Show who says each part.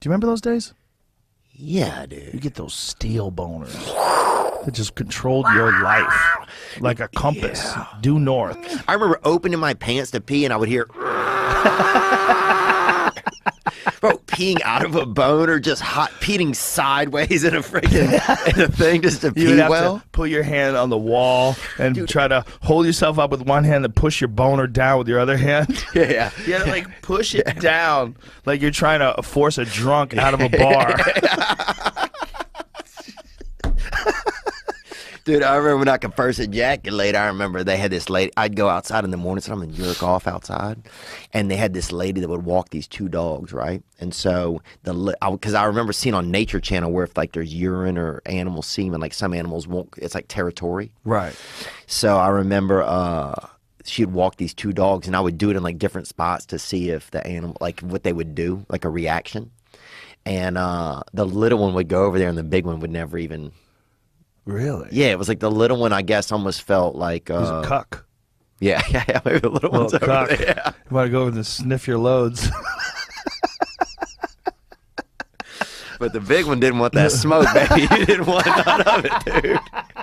Speaker 1: Do you remember those days?
Speaker 2: Yeah,
Speaker 1: You
Speaker 2: dude.
Speaker 1: get those steel boners that just controlled your life like a compass due north.
Speaker 2: I remember opening my pants to pee and I would hear. Bro, peeing out of a boner, just hot, peeing sideways in a freaking in a thing just to
Speaker 1: You
Speaker 2: pee
Speaker 1: would have
Speaker 2: well.
Speaker 1: to put your hand on the wall and try to hold yourself up with one hand and push your boner down with your other hand.
Speaker 2: Yeah,
Speaker 1: You had to like push it down like you're trying to force a drunk out of a bar.
Speaker 2: dude. I remember when I could first ejaculate. I remember they had this lady. I'd go outside in the morning time and jerk off outside, and they had this lady that would walk these two dogs, right? And so the because I, remember seeing on Nature Channel where if like there's urine or animal semen, like some animals won't. It's like territory.
Speaker 1: right.
Speaker 2: So I remember uh, she'd walk these two dogs, and I would do it in like different spots to see if the animal, like what they would do, like a reaction. And uh, the little one would go over there, and the big one would never even.
Speaker 1: Really?
Speaker 2: Yeah, it was like the little one. I guess almost felt like.
Speaker 1: He's
Speaker 2: Uh,
Speaker 1: a cuck.
Speaker 2: yeah, yeah, yeah. Maybe the little one's
Speaker 1: Little
Speaker 2: over
Speaker 1: cuck.
Speaker 2: there.
Speaker 1: You want to go over and sniff your loads.
Speaker 2: But the big one didn't want that smoke, baby. He didn't want none of it, dude.